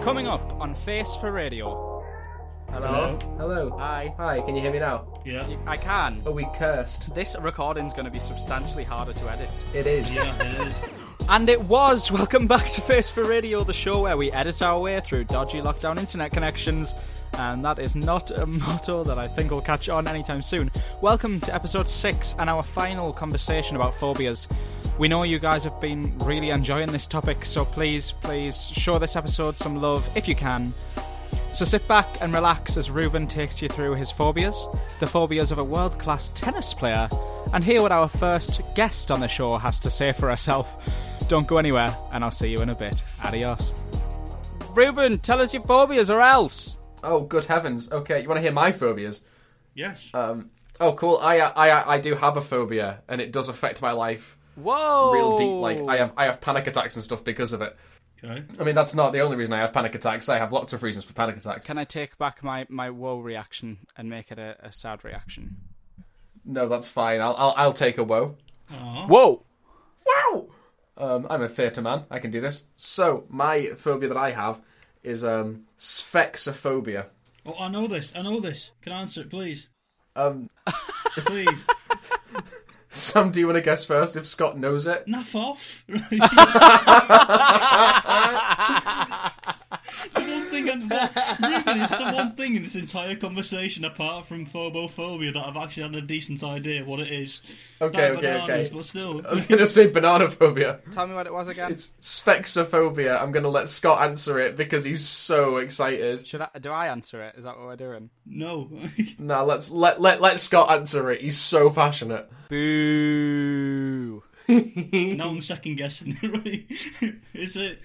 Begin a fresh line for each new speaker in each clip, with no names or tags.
Coming up on Face for Radio,
Hello.
Hello.
Hi.
Hi, can you hear me now?
Yeah.
I can.
Are we cursed?
This recording's going to be substantially harder to edit.
It is.
Yeah, it is.
And it was! Welcome back to Face for Radio, the show where we edit our way through dodgy lockdown internet connections. And that is not a motto that I think will catch on anytime soon. Welcome to episode 6 and our final conversation about phobias. We know you guys have been really enjoying this topic, so please, please show this episode some love if you can. So sit back and relax as Ruben takes you through his phobias, the phobias of a world class tennis player, and hear what our first guest on the show has to say for herself. Don't go anywhere, and I'll see you in a bit. Adios. Ruben, tell us your phobias or else.
Oh, good heavens. Okay, you want to hear my phobias?
Yes.
Um, oh, cool. I, I, I do have a phobia, and it does affect my life
Whoa.
real deep. Like, I have, I have panic attacks and stuff because of it.
okay.
I mean, that's not the only reason I have panic attacks. I have lots of reasons for panic attacks.
Can I take back my, my whoa reaction and make it a, a sad reaction?
No, that's fine. I'll, I'll, I'll take a woe.
Whoa!
Wow! Um, I'm a theatre man. I can do this. So, my phobia that I have is um, sphexophobia.
Oh, I know this. I know this. Can I answer it, please?
Um,
Please.
Sam, do you want to guess first if Scott knows it?
Naff off. I don't think I've. Ruben, it's the one thing in this entire conversation, apart from phobophobia, that I've actually had a decent idea what it is.
Okay,
Like
okay,
bananas,
okay. Um,
But still.
I was going to say banana phobia.
Tell me what it was again.
It's spexophobia. I'm going to let Scott answer it because he's so excited.
Should I, do I answer it? Is that what we're doing?
No.
Now let's let let let Scott answer it. He's so passionate.
Boo!
now I'm second guessing. Right? is it.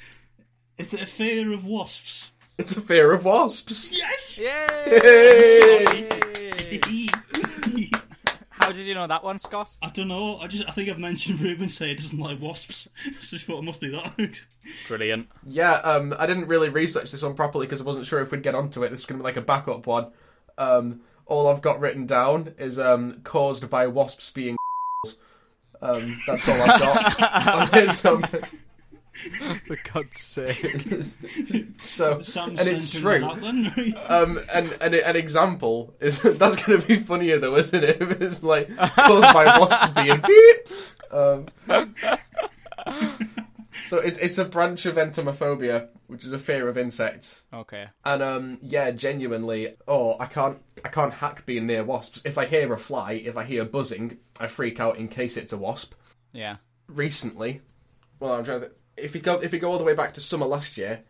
Is it a fear of wasps?
It's a fear of wasps.
Yes!
Yay!
How did you know that one, Scott?
I don't know. I just I think I've mentioned Ruben say he doesn't like wasps. so she thought it must be that.
Brilliant.
Yeah, um, I didn't really research this one properly because I wasn't sure if we'd get onto it. This is going to be like a backup one. Um, all I've got written down is um, caused by wasps being. Um, that's all I've got. on this, um,
For God's sake.
so,
Sam's
and it's
censoring
true.
That one.
Um, and, and an example is that's going to be funnier though, isn't it? If it's like caused by wasps being beep. Um, so it's it's a branch of entomophobia, which is a fear of insects.
okay.
And um, yeah, genuinely, oh, I can't I can't hack being near wasps. If I hear a fly, if I hear buzzing, I freak out in case it's a wasp.
Yeah.
Recently, well, I'm trying to. If you go if you go all the way back to summer last year,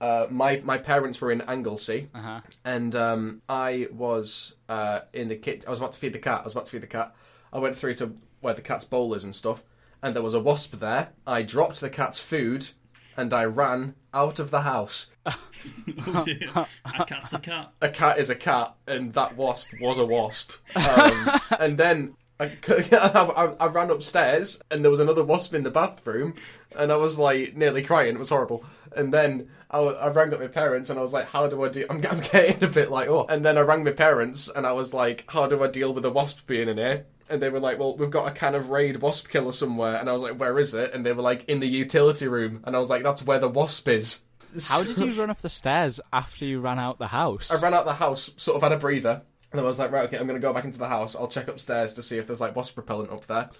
uh, my my parents were in Anglesey
Uh huh.
and um, I was uh, in the kitchen. I was about to feed the cat. I was about to feed the cat. I went through to where the cat's bowl is and stuff, and there was a wasp there. I dropped the cat's food, and I ran out of the house.
Oh, dear. a cat's a cat.
A cat is a cat, and that wasp was a wasp. Um, and then I, I, I ran upstairs, and there was another wasp in the bathroom, and I was like nearly crying. It was horrible. And then I, w- I rang up my parents, and I was like, "How do I do?" I'm, I'm getting a bit like, "Oh." And then I rang my parents, and I was like, "How do I deal with a wasp being in here?" And they were like, "Well, we've got a can of Raid wasp killer somewhere." And I was like, "Where is it?" And they were like, "In the utility room." And I was like, "That's where the wasp is."
How did you run up the stairs after you ran out the house?
I ran out the house, sort of had a breather, and I was like, right, okay, I'm going to go back into the house. I'll check upstairs to see if there's like wasp repellent up there.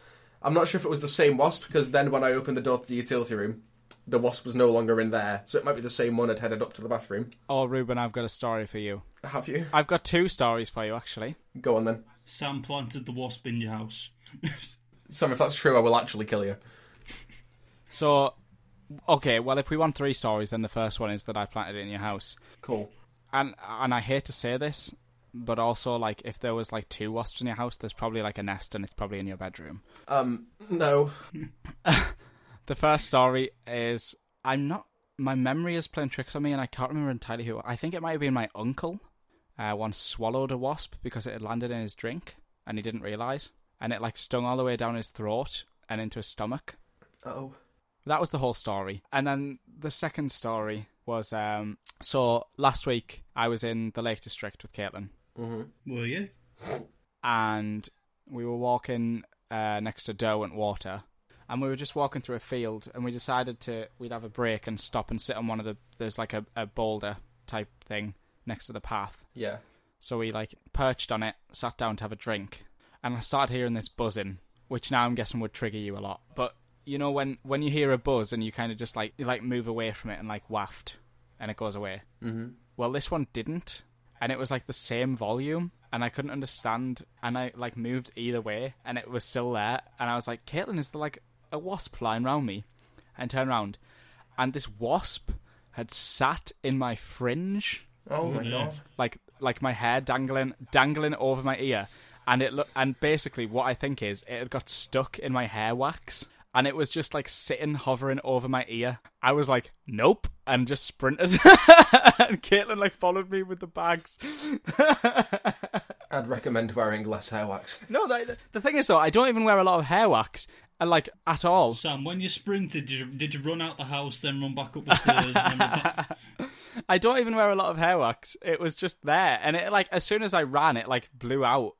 I'm not sure if it was the same wasp because then when I opened the door to the utility room, the wasp was no longer in there, so it might be the same one had headed up to the bathroom.
Oh, Ruben, I've got a story for you.
Have you?
I've got two stories for you, actually.
Go on then,
Sam planted the wasp in your house.
Sam. If that's true, I will actually kill you.
So, okay, well, if we want three stories, then the first one is that I planted it in your house.
Cool.
and and I hate to say this, but also like if there was like two wasps in your house, there's probably like a nest and it's probably in your bedroom.
Um, no.
The first story is I'm not my memory is playing tricks on me and I can't remember entirely who. I think it might have been my uncle. Uh, once swallowed a wasp because it had landed in his drink and he didn't realize and it like stung all the way down his throat and into his stomach.
Oh,
That was the whole story. And then the second story was um so last week I was in the Lake District with Caitlin
Were you?
and we were walking uh, next to Derwent Water, and we were just walking through a field, and we decided to we'd have a break and stop and sit on one of the there's like a, a boulder type thing next to the path.
Yeah.
So we like perched on it, sat down to have a drink, and I started hearing this buzzing, which now I'm guessing would trigger you a lot. But you know when when you hear a buzz and you kind of just like you like move away from it and like waft, and it goes away. Mm-hmm. Well, this one didn't, and it was like the same volume, and I couldn't understand, and I like moved either way, and it was still there, and I was like, Caitlin, is there like a wasp flying round me? And turn around, and this wasp had sat in my fringe
Oh my god.
like like my hair dangling dangling over my ear and it look and basically what i think is it had got stuck in my hair wax and it was just like sitting hovering over my ear i was like nope and just sprinted and caitlin like followed me with the bags
I'd recommend wearing less hair wax.
no the, the thing is though i don't even wear a lot of hair wax uh, like at all
Sam, when you sprinted, did you, did you run out the house, then run back up the stairs? and then run back-
i don't even wear a lot of hair wax it was just there and it like as soon as i ran it like blew out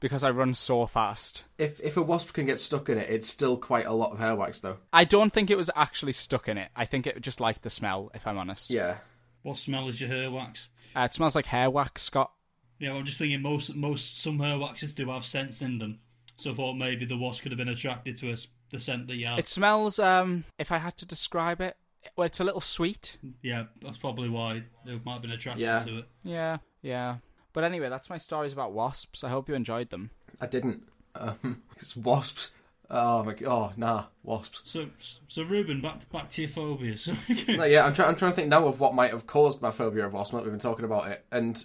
because i run so fast
If if a wasp can get stuck in it, it's still quite a lot of hair wax though.
I don't think it was actually stuck in it. I think it just liked the smell, if I'm honest.
Yeah.
what smell is your hair wax?
Uh, it smells like hair wax, Scott.
Yeah, I'm just thinking most most some hair waxes do have scents in them, so I thought maybe the wasp could have been attracted to us. The scent that you had.
It smells, um, if I had to describe it, well, it's a little sweet.
Yeah, that's probably why they might have been attracted
Yeah.
to it.
Yeah, yeah. But anyway, that's my stories about wasps. I hope you enjoyed them.
I didn't. Um, it's wasps. Oh my god. Oh, nah, wasps.
So, so Ruben, back back to your phobias.
No, yeah, I'm, try- I'm trying to think now of what might have caused my phobia of wasps. now that We've been talking about it, and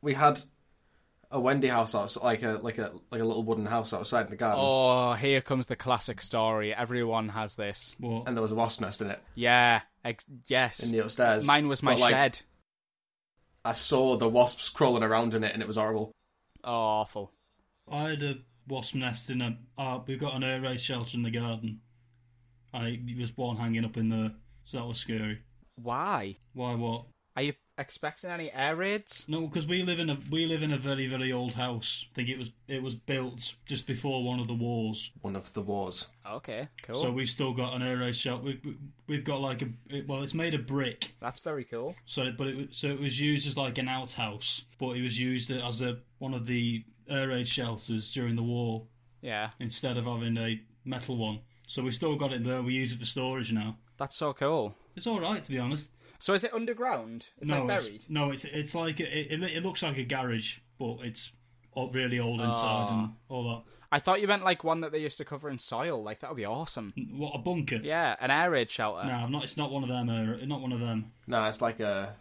we had a Wendy house outside, like a like a like a little wooden house outside in the garden,
Oh, here comes the classic story. Everyone has this.
what?
and there was a wasp nest in it
Yeah, ex- yes.
in the upstairs.
Mine was my
But, like,
shed.
I saw the wasps crawling around in it, and it was horrible.
Oh, awful.
I had a wasp nest in a. Uh, we've got an air raid shelter in the garden, and it was one hanging up in there, so that was scary.
Why?
Why? What?
Are you expecting any air raids?
No, because we live in a we live in a very very old house. I think it was it was built just before one of the wars,
One of the wars.
Okay, cool.
so we've still got an air raid shelter. We've we've got like a it, well, it's made of brick,
That's very cool.
So, it- but it, was- so it was used as like an outhouse, but it was used as a one of the air raid shelters during the war
Yeah,
instead of having a metal one. So we still got it there. We use it for storage now.
that's so cool.
It's all right to be honest.
So is it underground? It's
no,
like buried.
it's no, it's it's like it, it, it looks like a garage, but it's o- really old inside
Ah.
and all
I thought you meant like one that they used to cover in soil. Like that would be awesome.
that. What a bunker!
Yeah, an air raid shelter.
No, I'm not. It's not one of them. Uh, not one of them.
No, it's like a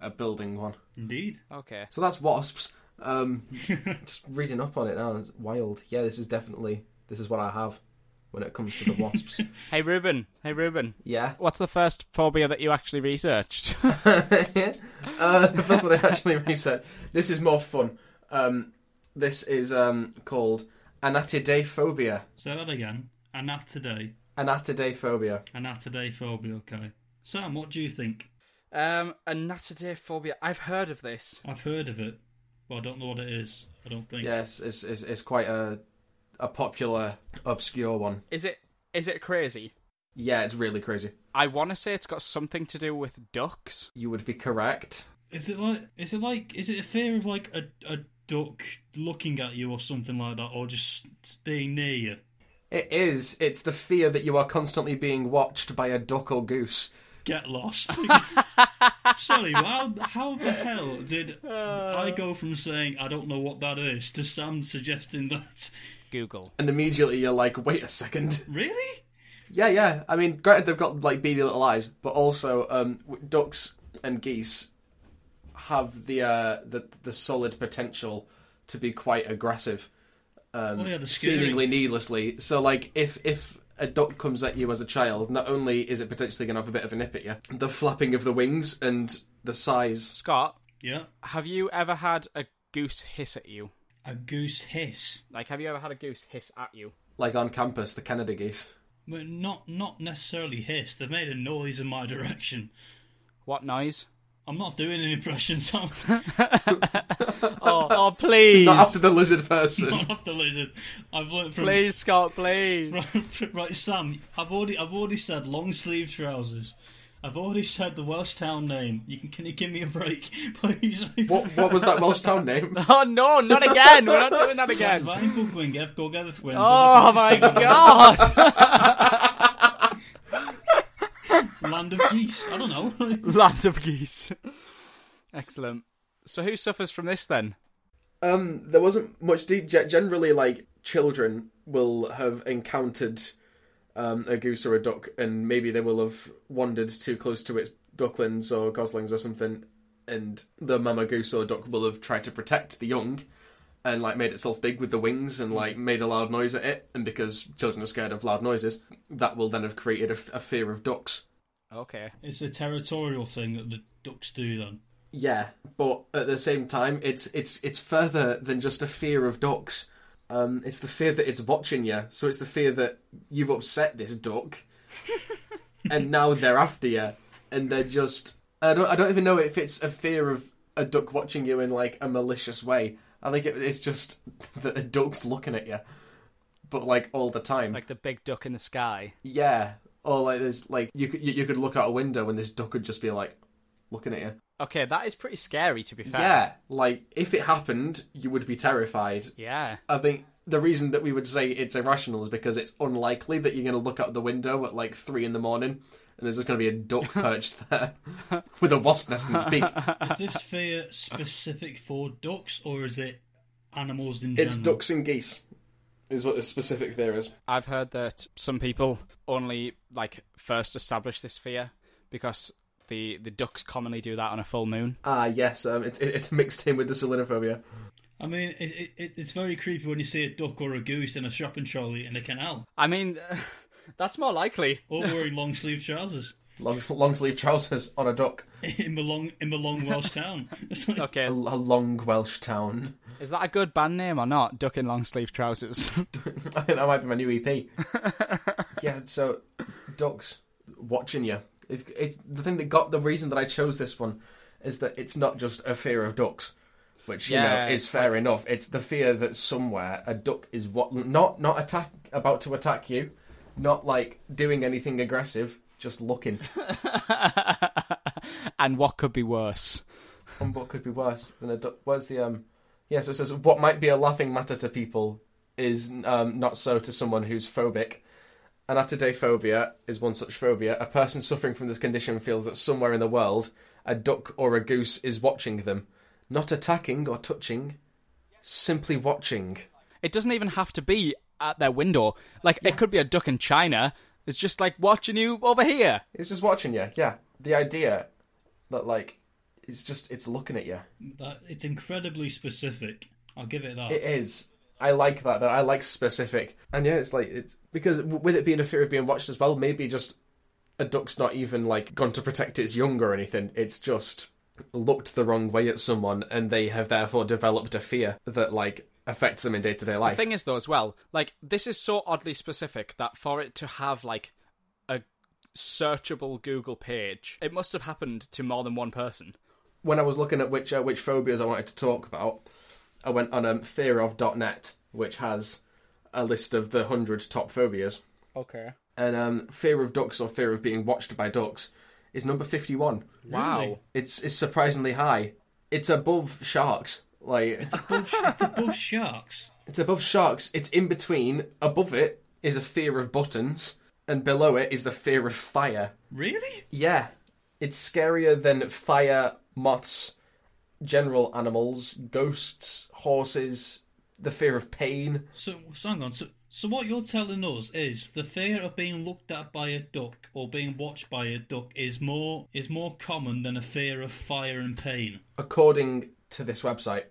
a building one.
Indeed.
Okay.
So that's wasps. Um, just reading up on it now, it's wild. Yeah, this is definitely this is what I have when it comes to the wasps.
Hey Ruben. Hey Ruben.
yeah.
What's the first phobia that you actually researched?
uh, the first one I actually researched. This is more fun. Um, this is um, called anatidaphobia.
Say that again. And that today.
Anatidaphobia.
And that today phobia. Okay. Sam, what do you think?
um, anatidae phobia. I've heard of this.
I've heard of it, but I don't know what it is. I don't think.
Yes, it's, it's, it's quite a a popular, obscure one.
Is it? Is it crazy?
Yeah, it's really crazy.
I want to say it's got something to do with ducks.
You would be correct.
Is it like? Is it like? Is it a fear of like a a duck looking at you or something like that, or just being near you?
It is. It's the fear that you are constantly being watched by a duck or goose.
Get lost. Sorry, how how the hell did I go from saying I don't know what that is to Sam suggesting that?
Google.
And immediately you're like, wait a second.
Really?
Yeah, yeah. I mean, granted they've got like beady little eyes, but also um, w- ducks and geese have the uh, the the solid potential to be quite aggressive, um,
Oh, yeah, they're scary.
seemingly needlessly. So, like, if if a duck comes at you as a child, not only is it potentially going to have a bit of a nip at you, the flapping of the wings and the size.
Scott,
Yeah.
have you ever had a goose hiss at you?
A goose hiss,
Like, have you ever had a goose hiss at you?
Like on campus, the Canada geese.
but not not necessarily hiss. They've made a noise in my direction.
What noise?
I'm not doing an impression, so
Oh, oh please,
Not after the lizard person.
I'm off the lizard. I've learned from
please, Scott, please.
right, Sam. I've already I've already said long sleeve trousers. I've already said the Welsh town name. You can can you give me a break, please?
What what was that Welsh town name?
Oh no, not again. We're not doing that again.
Fine, Bugwing, F. Gorgethwin.
Oh my god,
Land of Geese. I don't know.
land of geese. Excellent. So who suffers from this then?
Um, there wasn't much. De- ge- generally, like children will have encountered um, a goose or a duck, and maybe they will have wandered too close to its ducklings or goslings or something, and the mama goose or duck will have tried to protect the young, and like made itself big with the wings and like made a loud noise at it, and because children are scared of loud noises, that will then have created a, f- a fear of ducks.
Okay.
It's a territorial thing that the ducks do. Then
Yeah, but at the same time, it's it's it's further than just a fear of ducks. Um, it's the fear that it's watching you. So it's the fear that you've upset this duck, and now they're after you, and they're just. I don't. I don't even know if it's a fear of a duck watching you in like a malicious way. I think it, it's just that a duck's looking at you, but like all the time.
Like the big duck in the sky.
yeah, or like there's like you could you, you could look out a window and this duck would just be like looking at you.
Okay, that is pretty scary to be fair.
Yeah, like if it happened, you would be terrified.
Yeah.
I think the reason that we would say it's irrational is because it's unlikely that you're going to look out the window at like three in the morning and there's just going to be a duck perched there with a wasp nest in its beak.
is this fear specific for ducks or is it animals in
It's
general?
ducks and geese, is what the specific fear is.
I've heard that some people only like first establish this fear because the the ducks commonly do that on a full moon.
Ah, yes, um, it's it's mixed in with the selenophobia.
I mean, it, it- it, it's very creepy when you see a duck or a goose in a shopping trolley in a canal,
I mean, that's more likely.
or wearing long sleeve trousers
Long long sleeve trousers on a duck.
in the long in the long Welsh town. It's like,
A,
Okay,
a long Welsh town.
is that a good band name or not? Duck in long sleeve trousers.
I think that might be my new EP. yeah, so dogs watching you. It's, it's the thing that got the reason that I chose this one is that it's not just a fear of ducks, which you
Yeah,
know is
it's
fair enough. It's the fear that somewhere a duck is what not not attack about to attack you, not like doing anything aggressive, just looking.
and what could be worse?
and what could be worse than a duck? Where's the um? Yeah, so it says what might be a laughing matter to people is um, not so to someone who's phobic. Anatidophobia is one such phobia. A person suffering from this condition feels that somewhere in the world a duck or a goose is watching them, not attacking or touching, simply watching.
It doesn't even have to be at their window. Like it could be a duck in China. It's just like watching you over here.
It's just watching you. Yeah, the idea that like it's just it's looking at you.
that, it's incredibly specific. I'll give it that.
It is. I like that. That I like specific. And yeah, it's like it's because w- with it being a fear of being watched as well, maybe just a duck's not even like gone to protect its young or anything. It's just looked the wrong way at someone, and they have therefore developed a fear that like affects them in day to day life.
thing is though as well like this is so oddly specific that for it to have like a searchable google page it must have happened to more than one person
when I was looking at which uh, which phobias I wanted to talk about, I went on um, fearof.net, which has a list of the hundred top phobias.
okay
And um, fear of ducks or fear of being watched by ducks is number fifty-one.
wow
Really?
It's it's surprisingly high. It's above sharks. Like it's,
Above, it's above sharks.
above sharks. It's in between. Above it is a fear of buttons, and below it is the fear of fire.
Really?
Yeah, it's scarier than fire, moths, general animals, ghosts, horses, the fear of pain.
So, so hang on. So, so what you're telling us is the fear of being looked at by a duck or being watched by a duck is more is more common than a fear of fire and pain.
According to this website,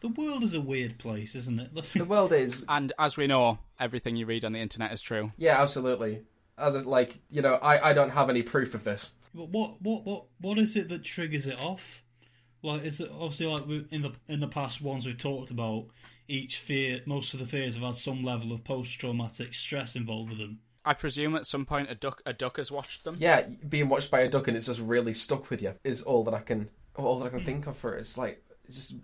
The world is a weird place, isn't it?
the world is
and as we know everything you read on the internet is true
yeah, absolutely. As it's like you know, I I don't have any proof of this.
But what what what what is it that triggers it off? Like is it obviously like we, in the in the past ones we've talked about, each fear most of the fears have had some level of post traumatic stress involved with them.
I presume at some point a duck a duck has watched them.
Yeah, being watched by a duck and it's just really stuck with you is all that I can all that I can think of for it. It's like just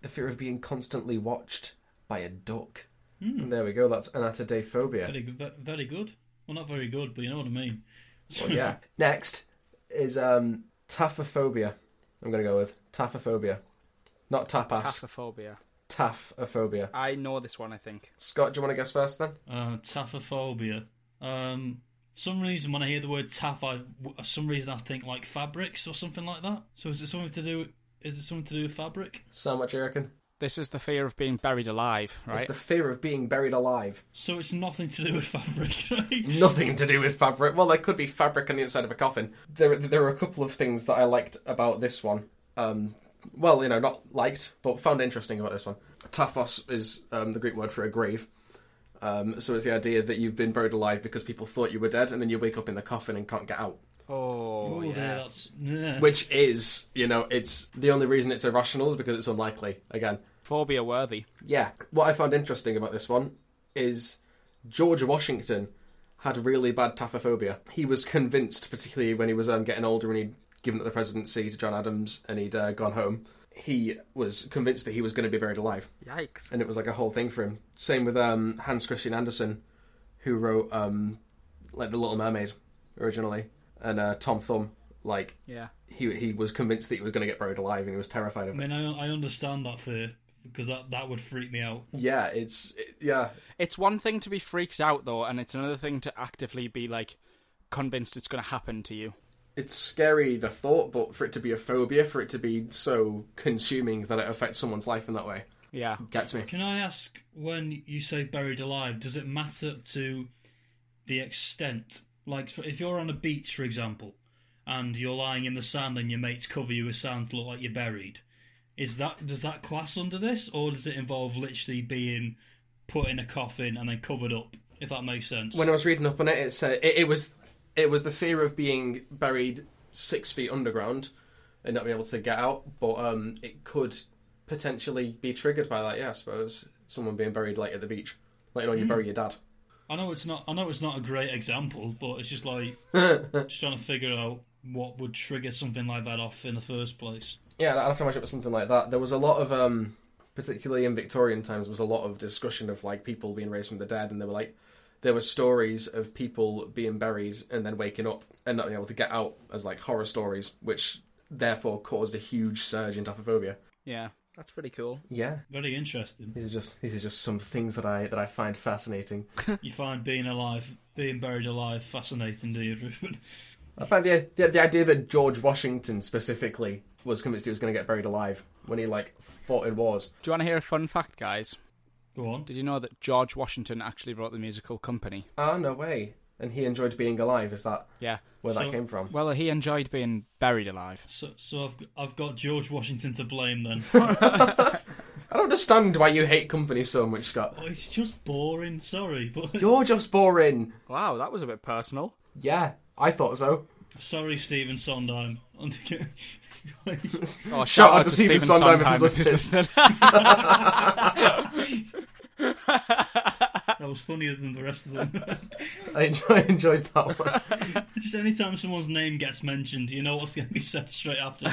the fear of being constantly watched by a duck. And there we go. That's anatodophobia.
Very good. ve- Very good. Well, not very good, but you know what I mean.
But yeah. Next is um taphophobia. I'm gonna go with taphophobia, not tapas.
Taphophobia.
Taphophobia.
I know this one. I think.
Scott, do you want to guess first then?
Uh, taphophobia. Um, some reason when I hear the word taff, I w- uh, some reason I think like fabrics or something like that. So is it something to do? Is it something to do with fabric?
So much, you reckon?
This is the fear of being buried alive, right?
It's the fear of being buried alive.
So it's nothing to do with fabric, right?
Nothing to do with fabric. Well, there could be fabric on the inside of a coffin. There, there are a couple of things that I liked about this one. Um, well, you know, not liked, but found interesting about this one. Taphos is um, the Greek word for a grave. Um, so it's the idea that you've been buried alive because people thought you were dead, and then you wake up in the coffin and can't get out.
oh,
Oh,
yeah.
there, that's yeah.
Which is, you know, it's the only reason it's irrational is because it's unlikely. Again,
Phobia worthy.
yeah. What I found interesting about this one is George Washington had really bad taphophobia. He was convinced, particularly when he was um, getting older and he'd given up the presidency to John Adams and he'd uh, gone home, he was convinced that he was going to be buried alive.
Yikes.
And it was like a whole thing for him. Same with um, Hans Christian Andersen, who wrote um, like The Little Mermaid originally, and uh, Tom Thumb. Like
Yeah.
he he was convinced that he was going to get buried alive and he was terrified
I
of it.
mean, I, I understand that fear because that that would freak me out.
Yeah, it's it- yeah.
It's one thing to be freaked out though, and it's another thing to actively be like convinced it's going to happen to you.
it's scary the thought, but for it to be a phobia, for it to be so consuming that it affects someone's life in that way,
Yeah.
gets me.
Can I ask when you say buried alive, does it matter to the extent? Like, for- if you're on a beach, for example, and you're lying in the sand and your mates cover you with sand to look like you're buried, is that does that class under this, or does it involve literally being put in a coffin and then covered up? If that makes sense.
When I was reading up on it, it said it, it was it was the fear of being buried six feet underground and not being able to get out, but um, it could potentially be triggered by that. Yeah, I suppose someone being buried like at the beach, like you know, you bury your dad.
I know it's not. I know it's not a great example, but it's just like just trying to figure out what would trigger something like that off in the first place.
Yeah, I'd have to imagine it was something like that. There was a lot of, um, particularly in Victorian times, there was a lot of discussion of like people being raised from the dead, and there were like there were stories of people being buried and then waking up and not being able to get out as like horror stories, which therefore caused a huge surge in taphophobia.
Yeah. That's pretty cool.
Yeah,
Very interesting.
these are just these are just some things that I that I find fascinating.
You find being alive, being buried alive, fascinating, do you, Ruben?
I find the, the the idea that George Washington specifically was convinced he was going to get buried alive when he like fought in wars.
Do you want to hear a fun fact, guys?
Go on.
Did you know that George Washington actually wrote the musical Company?
Ah, no way. And he enjoyed being alive. Is that
Yeah.
where that
So-
came from?
Well, he enjoyed being buried alive.
So, so I've I've got George Washington to blame then. Oh,
I don't understand why you hate company so much, Scott.
oh, it's just boring. Sorry, but
You're just boring.
Wow, that was a bit personal.
Yeah, I thought so.
sorry, Stephen Sondheim.
Oh, shout,
out to Stephen Sondheim if he's
listening.
that was funnier than the rest of them.
I enjoy, enjoyed that one.
just anytime someone's name gets mentioned, you know what's going to be said straight after.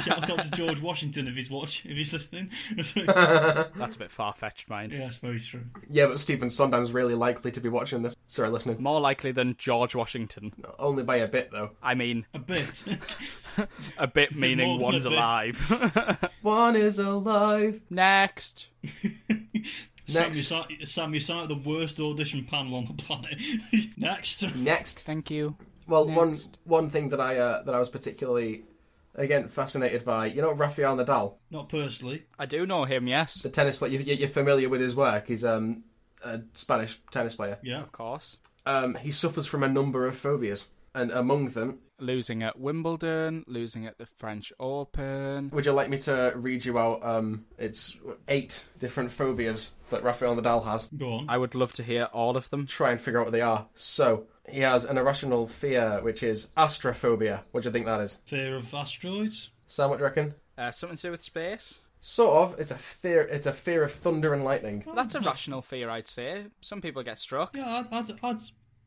Shout out to George Washington if he's watch if he's listening. yeah,
That's a bit far fetched, mind.
that's very true.
yeah, but Stephen Sondheim's really likely to be watching this. Sorry, listening.
More likely than George Washington.
Only by a bit, though.
I mean,
A bit.
a bit
more
meaning
than a
one's
bit.
alive.
One is alive.
Next.
Sam,
Next.
you sound, Sam, you sound like the worst audition panel on the planet. Next.
Next.
Thank you.
Well,
Next.
one one thing that I uh, that I was particularly again fascinated by. You know Rafael Nadal,
Not personally.
I do know him, yes.
the tennis player. You, you're familiar with his work. He's um, a Spanish tennis player.
Yeah.
Of course.
Um, he suffers from a number of phobias, and among them
Losing at Wimbledon, losing at the French Open.
Would you like me to read you out? Um, it's eight different phobias that Rafael Nadal has.
Go on.
I would love to hear all of them.
Try and figure out what they are. So he has an irrational fear, which is astrophobia. What do you think that is?
Fear of asteroids.
Sam, what do you reckon?
Uh, something to do with space?
Sort of. It's a fear. It's a fear of thunder and lightning.
That's a rational fear, I'd say. Some people get struck.
Yeah, I'd, I'd, I'd,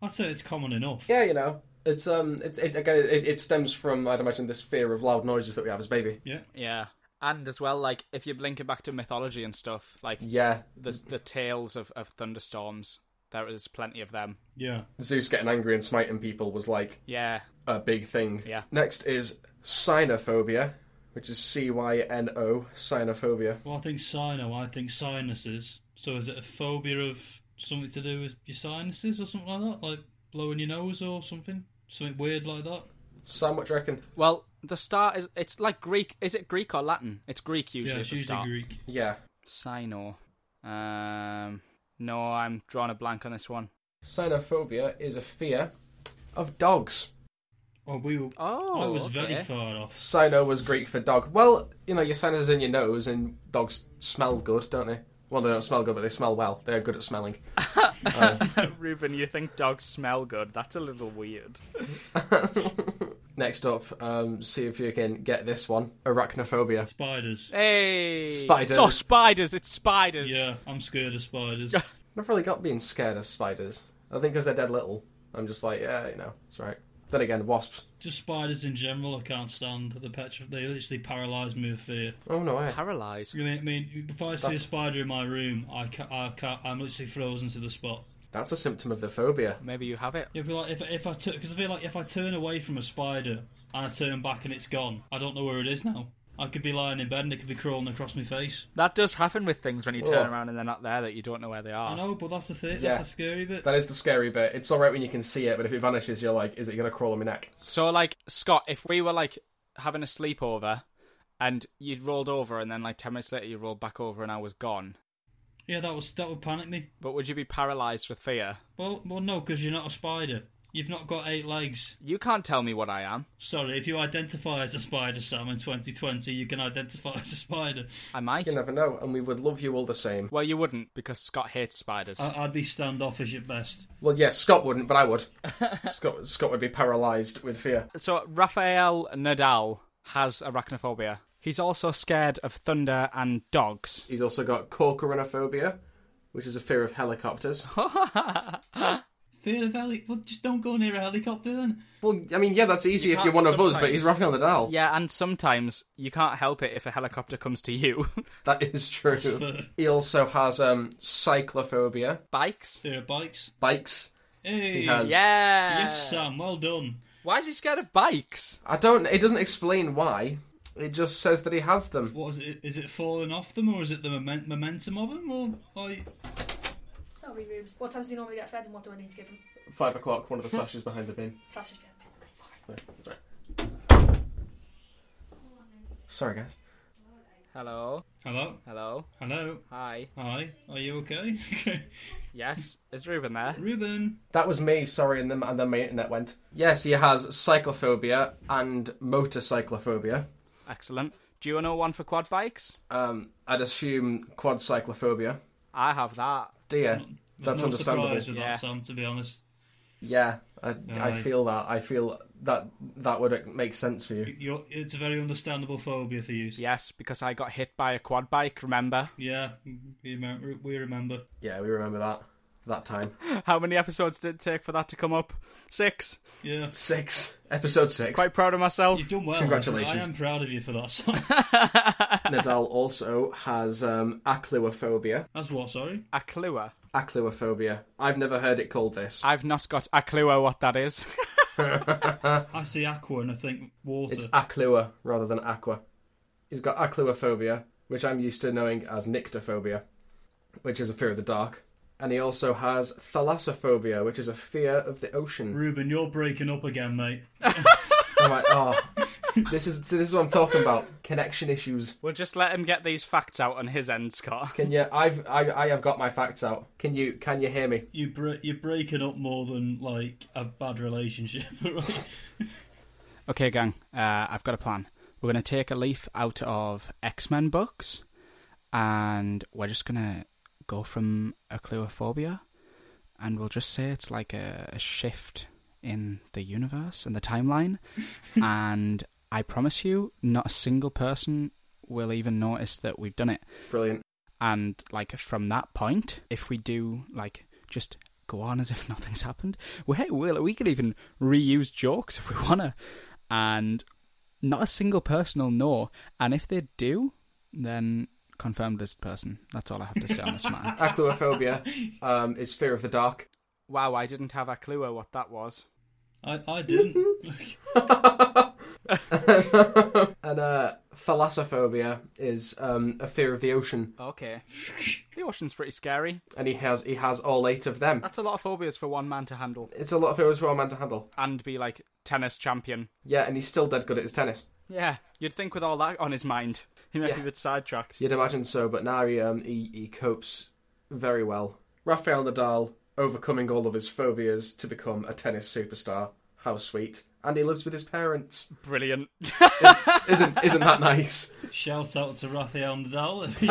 I'd say it's common enough.
Yeah, you know, it's um, it's it, again, it, it stems from I'd imagine this fear of loud noises that we have as baby.
Yeah.
Yeah. And as well, like if you link it back to mythology and stuff, like
Yeah,
the the tales of, of thunderstorms, there is plenty of them.
Yeah.
Zeus getting angry and smiting people was like
Yeah,
a big thing.
Yeah.
Next is cynophobia, which is C Y N O cynophobia.
Well, I think sino, I think sinuses. So is it a phobia of something to do with your sinuses or something like that? Like blowing your nose or something? Something weird like that?
Sam, what do you reckon?
Well, the star is it's like Greek. Is it Greek or Latin? It's Greek usually.
Yeah,
as
it's
the
usually
star.
Greek.
Yeah,
Sino. Um, no, I'm drawing a blank on this one.
cynophobia is a fear of dogs.
Oh, we were.
Oh,
I was
okay.
very far off.
Sino was Greek for dog. Well, you know, your sinus is in your nose, and dogs smell good, don't they? Well, they don't smell good, but they smell well. They're good at smelling.
Ruben, you think dogs smell good? That's a little weird.
Next up, um, see if you can get this one arachnophobia.
Spiders.
Hey,
Spiders.
Oh, spiders! It's spiders.
Yeah, I'm scared of spiders.
I've really got being scared of spiders. I think because they're dead little. I'm just like, yeah, you know, it's right. Then again, wasps.
Just spiders in general, I can't stand. The petri- they literally paralyse me with fear.
Oh, no way.
Paralyzed.
I mean, I mean if I see
That's-
a spider in my room, I ca I ca I'm literally frozen to the spot.
That's a symptom of the phobia.
Maybe you have it.
Yeah, but like if if I because I feel like if I turn away from a spider and I turn back and it's gone, I don't know where it is now. I could be lying in bed and it could be crawling across my face.
That does happen with things when you turn
Oh.
around and they're not there that you don't know where they
I
are.
know, but that's the thing.
Yeah.
That's the scary bit.
That is the scary bit. It's alright when you can see it, but if it vanishes, you're like, is it going to crawl on my neck?
So, like, Scott, if we were like having a sleepover and you'd rolled over and then like 10 minutes later you rolled back over and I was gone,
yeah, that was that would panic me.
but would you be paralyzed with fear?
Well, well, no, because you're not a spider. You've not got eight legs.
You can't tell me what I am.
Sorry, if you identify as a spider, Sam, in 2020, you can identify as a spider.
I might.
You never know, and we would love you all the same.
Well, you wouldn't because Scott hates spiders.
I- I'd be standoffish at best.
Well, yes, Scott wouldn't, but I would. Scott, Scott would be paralysed with fear.
so, Rafael Nadal has arachnophobia. He's also scared of thunder and dogs.
He's also got corcoranophobia, which is a fear of helicopters.
Fear of heli? Well, just don't go near a helicopter then.
well, I mean, yeah, that's easy if
can't
you're one of us, but
sometimes.
he's Rafael Nadal.
yeah, and sometimes you can't help it if a helicopter comes to you.
That is true. he also has um, cyclophobia,
Bikes?
Fear of bikes.
bikes.
Hey,
He has.
Yeah.
yes, Sam, well done.
Why is he scared of bikes?
I don't. It doesn't explain why. It just says that he has them.
What is it? Is it falling off them, or is it the moment, momentum of them, or like?
Sorry, Rubes. What time does he normally get fed and what do I need to give him?
Five o'clock. One of the sashes behind the bin.
Sasha's been a bit sorry.
Sorry, guys.
Hello?
Hello,
Hello?
hello,
Hi.
hi. Are you okay?
Yes? Is Ruben there?
Ruben.
That was me. Sorry, and then and then my internet went. Yes, he has cyclophobia and motorcyclophobia.
Excellent. Do you know one for quad bikes?
Um, I'd assume quad cyclophobia.
I have that.
Dear,
There's
that's
no
understandable.
surprise with
Yeah.
that, Sam. To be honest,
Yeah, I, I
Aye.
feel that. I feel that that would make sense for you.
You're, it's a very understandable phobia for you.
Yes, because I got hit by a quad bike, remember?
Yeah, we remember. We remember.
Yeah, we remember that. That time.
How many episodes did it take for that to come up? Six.
Yeah,
Six. Episode six.
Quite proud of myself.
you've done well.
Congratulations.
I am proud of you for that, Sam.
Nadal also has um, acluophobia.
That's what. Sorry.
Aclua.
Acluophobia. I've never heard it called this.
I've not got a clue what that is.
I see aqua and I think water.
It's aclua rather than aqua. He's got acluophobia, which I'm used to knowing as nyctophobia, which is a fear of the dark. And he also has thalassophobia, which is a fear of the ocean.
Ruben, you're breaking up again, mate.
I'm like, oh, this is this is what I'm talking about. Connection issues.
we'll just let him get these facts out on his end, Scott.
Can you? I've I, I have got my facts out. Can you can you hear me?
You bre- you're breaking up more than like a bad relationship, right?
Okay, gang, uh, I've got a plan. We're going to take a leaf out of X Men books and we're just going to go from occluophobia and we'll just say it's like a, a shift in the universe and the timeline. and I promise you, not a single person will even notice that we've done it.
Brilliant.
and like from that point if we do like just go on as if nothing's happened. We we we could even reuse jokes if we wanna, and not a single person will know. And if they do, then confirmed as person. That's all I have to say on this matter.
Aclophobia um, is fear of the dark.
Wow, I didn't have a clue what that was.
I, I didn't.
And uh, thalassophobia is um, a fear of the ocean.
Okay, the ocean's pretty scary.
And he has he has all eight of them.
That's a lot of phobias for one man to handle
It's a lot of phobias for a man to handle.
and be like tennis champion.
Yeah, and he's still dead good at his tennis.
Yeah, you'd think with all that on his mind, he might be
Yeah.
a bit sidetracked.
You'd imagine so, but now he, um, he, he copes very well. Rafael Nadal overcoming all of his phobias to become a tennis superstar. How sweet. And he lives with his parents.
Brilliant.
Isn't isn't that nice?
Shout out to Rafael Nadal. if he-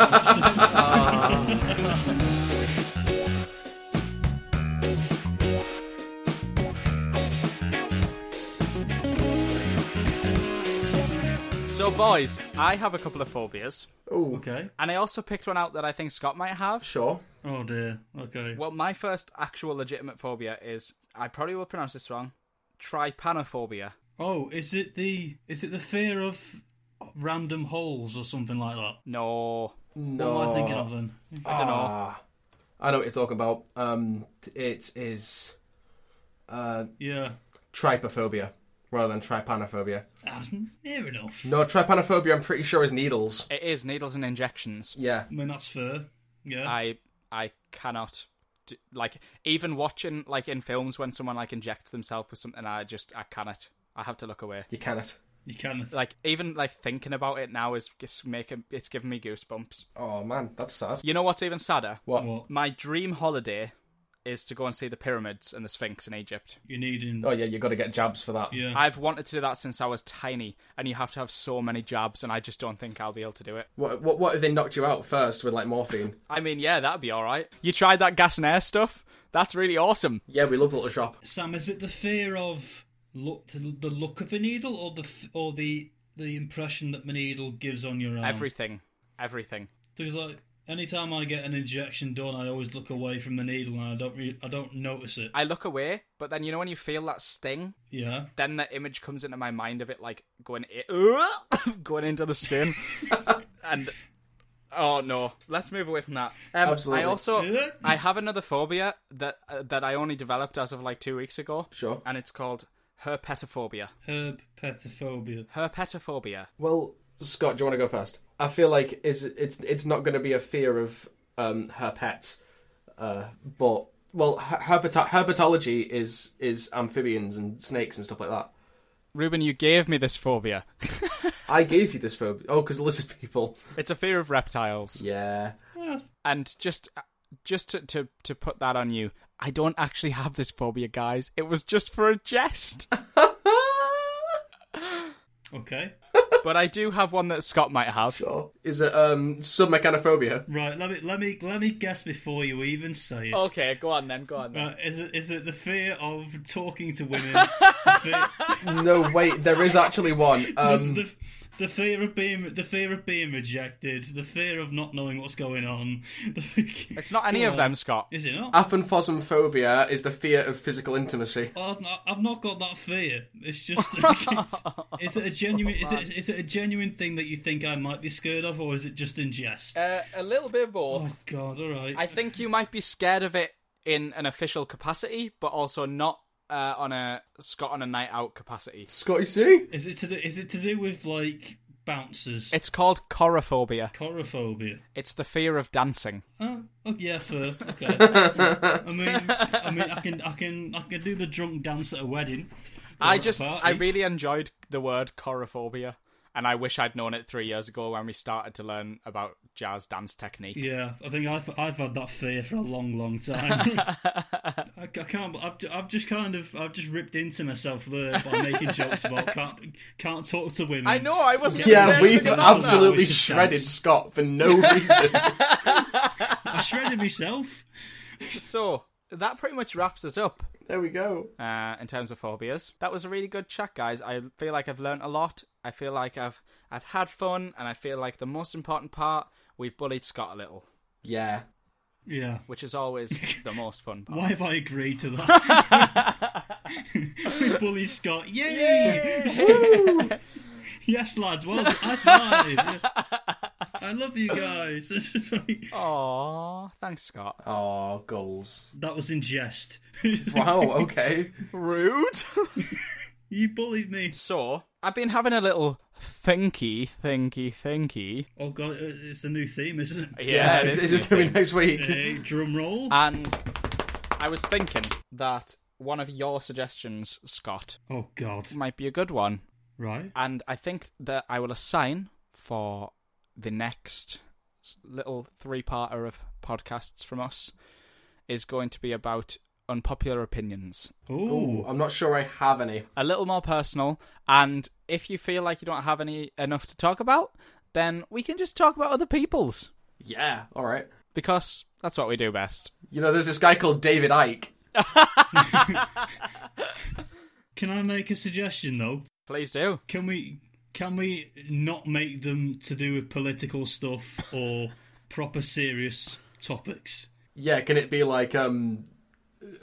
So, boys, I have a couple of phobias,
Oh,
okay.
and I also picked one out that I think Scott might have.
sure.
Oh dear. Okay.
Well, my first actual legitimate phobia is I probably will pronounce this wrong trypanophobia.
Oh, is it the is it the fear of random holes or something like that?
No,
No.
What am I thinking of then?
I don't know.
Ah, I know what you're talking about. Um, it is uh,
Yeah.
trypophobia rather than trypanophobia.
That's Ah, near enough.
No, trypanophobia, I'm pretty sure, is needles.
it is needles and injections.
Yeah.
I mean that's fair. Yeah.
I I cannot d- like even watching like in films when someone like injects themselves with something. I just I cannot. I have to look away.
You cannot.
you can
Like even like thinking about it now is it's making it's giving me goosebumps.
Oh, man, that's sad.
You know what's even sadder?
What?
what
My dream holiday is to go and see the pyramids and the Sphinx in Egypt.
you need in
Oh, yeah, you got to get jabs for that.
yeah.
I've wanted to do that since I was tiny, and you have to have so many jabs, and I just don't think I'll be able to do it.
What, what, what if they knocked you out first with, like, morphine?
I mean, yeah, that'd be all right. You tried that gas and air stuff? That's really awesome.
yeah, we love Little Shop.
Sam, is it the fear of look the, the look of a needle or the f- or the the impression that the needle gives on your arm?
Everything, everything.
Because like anytime I get an injection done, I always look away from the needle and I don't re- I don't notice it.
I look away, but then you know when you feel that sting,
Yeah.
then the image comes into my mind of it like going i- going into the skin, and oh no, let's move away from that. Um,
Absolutely.
I also I have another phobia that uh, that I only developed as of like two weeks ago,
Sure.
and it's called herpetophobia.
Herb petophobia.
Herpetophobia.
Well, Scott, do you want to go first? I feel like is it's it's not going to be a fear of um, her pets, uh, but well, her- herpeta- herpetology is is amphibians and snakes and stuff like that.
Ruben, you gave me this phobia.
I gave you this phobia. Oh, because lizard people.
It's a fear of reptiles,
Yeah.
and just uh, just to, to to put that on you, I don't actually have this phobia, guys. It was just for a jest.
Ah!
Okay.
but I do have one that Scott might have.
Sure. Is it um submechanophobia?
Right. Let me let me let me guess before you even say it.
Okay, go on then, go on.
Uh, is it is it the fear of talking to women? the, fear,
No, wait. There is actually one. Um,
the, the fear of being the fear of being rejected, the fear of not knowing what's going on.
It's not any of them, Scott.
Is it not?
aphanthosomophobia is the fear of physical intimacy.
Oh, I've not, I've not got that fear. It's just is it a genuine is it is it a genuine thing that you think I might be scared of, or is it just in jest?
Uh, a little bit more.
oh God! All right.
I think you might be scared of it in an official capacity, but also not uh, on a Scott on a night out capacity.
Scotty Sue.
is it to do, is it to do with like bouncers?
It's called chorophobia.
Chorophobia.
It's the fear of dancing.
Oh, oh yeah, fair. Okay. I mean, I mean, I can, I can, I can do the drunk dance at a wedding.
I just, I
read.
really enjoyed the word chorophobia, and I wish I'd known it three years ago when we started to learn about jazz dance technique.
Yeah, I think I've I've had that fear for a long, long time. I, I can't. I've ju- I've just kind of I've just ripped into myself there by making jokes about can't can't talk to women.
I know, I wasn't. gonna
Yeah,
say
we've
anything about that.
absolutely
That was just
shredded
dance.
Scott for no reason.
I shredded myself.
So that pretty much wraps us up.
there we go.
uh, in terms of phobias. That was a really good chat, guys. I feel like I've learned a lot. I feel like I've I've had fun, and I feel like the most important part we've bullied Scott a little.
Yeah.
Yeah.
which is always the most fun part.
Why have I agreed to that? Bully Scott, yay! yes, lads, well, done. I lied. I love you guys. It's just like-
Oh. Aw, thanks, Scott.
Oh, goals.
that was in jest.
Wow, okay.
Rude.
you bullied me.
so I've been having a little thinky, thinky, thinky.
Oh god, it- it's a new theme, isn't it?
Yeah, is, is it going to be next week?
Eh, drum roll.
Uh,
And I was thinking that one of your suggestions, Scott,
Oh god.
might be a good one.
Right.
And I think that I will assign for the next s- little three-parter of podcasts from us is going to be about unpopular opinions.
Ooh,
Oh,
I'm not sure I have any.
A little more personal, and if you feel like you don't have any enough to talk about, then we can just talk about other people's
Yeah, all right.
because that's what we do best.
You know, there's this guy called David Icke.
can I make a suggestion though?
Please do.
Can we can we not make them to do with political stuff or proper serious topics?
Yeah, can it be like um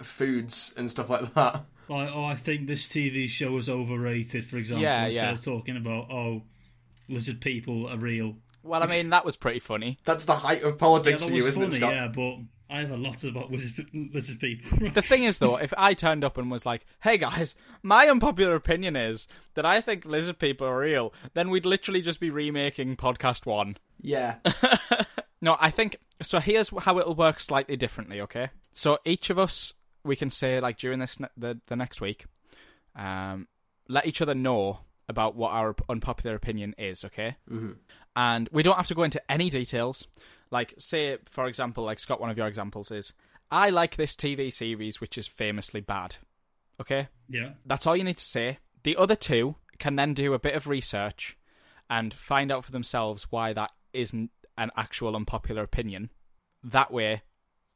foods and stuff like that?
Like, oh, I think this TV show is overrated. For example,
Yeah,
instead
yeah.
of talking about oh, lizard people are real.
Well, I mean, that was pretty funny.
That's the height of
Yeah,
politics
that
for
was
you, isn't
funny.
it, Scott?
Yeah, but I have a lot about lizard, lizard people.
The thing is, though, if I turned up and was like, "Hey guys, my unpopular opinion is that I think lizard people are real," then we'd literally just be remaking podcast one.
Yeah.
No, I think so. Here's how it'll work slightly differently. Okay, so each of us we can say like during this ne- the the next week, um, let each other know about what our unpopular opinion is. Okay, mm-hmm. and we don't have to go into any details. Like say for example, like Scott, one of your examples is I like this TV series which is famously bad. Okay,
yeah,
that's all you need to say. The other two can then do a bit of research and find out for themselves why that isn't an actual unpopular opinion. That way,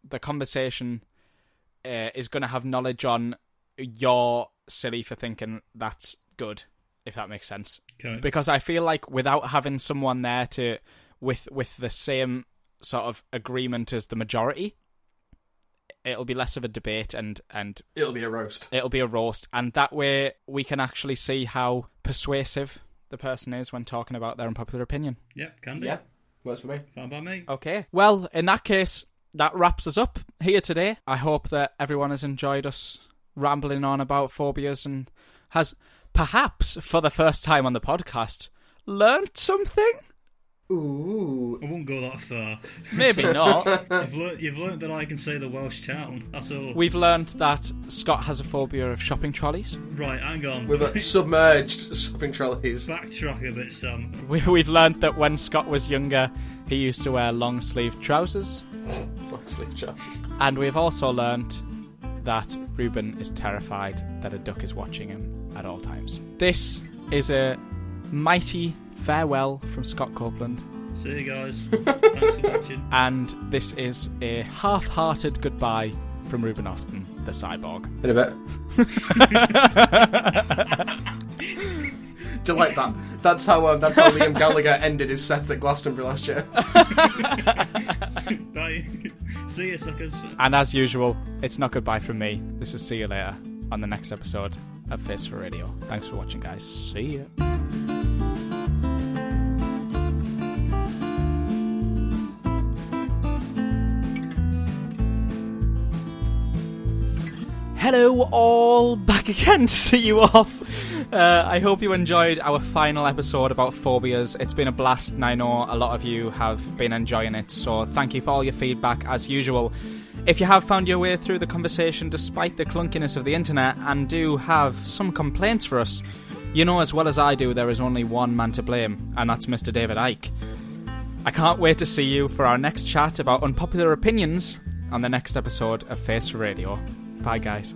the conversation uh, is going to have knowledge on you're silly for thinking that's good, if that makes sense.
okay.
Because I feel like without having someone there to with with the same sort of agreement as the majority, it'll be less of a debate and and
It'll be a roast.
It'll be a roast, and that way we can actually see how persuasive the person is when talking about their unpopular opinion.
Yep, can do.
Yeah. Oh. Works for me.
Fine by me.
Okay. Well, in that case, that wraps us up here today. I hope that everyone has enjoyed us rambling on about phobias and has perhaps for the first time on the podcast learnt something.
Ooh.
I won't go that far.
Maybe not.
You've learnt, you've learnt that I can say the Welsh town. That's all.
We've learned that Scott has a phobia of shopping trolleys.
Right, hang on.
With a submerged shopping trolleys.
Backtrack a bit, Sam.
We- We've learned that when Scott was younger, he used to wear long sleeved trousers.
Long sleeve trousers.
And we've also learnt that Ruben is terrified that a duck is watching him at all times. This is a mighty farewell from Scott Copeland,
See you guys. Thanks for watching.
and this is a half hearted goodbye from Ruben Austin, the cyborg.
In a bit. Do you like that? That's how um, that's how Liam Gallagher ended his set at Glastonbury last year.
Bye. See you, suckers.
And as usual, it's not goodbye from me. This is see you later on the next episode of Face for Radio. Thanks for watching, guys. See ya. Hello, all back again. See you off. Uh, I hope you enjoyed our final episode about phobias. It's been a blast, and I know a lot of you have been enjoying it. So, thank you for all your feedback, as usual. If you have found your way through the conversation despite the clunkiness of the internet and do have some complaints for us, you know as well as I do there is only one man to blame, and that's Mr. David Icke. I can't wait to see you for our next chat about unpopular opinions on the next episode of Face for Radio. Bye, guys.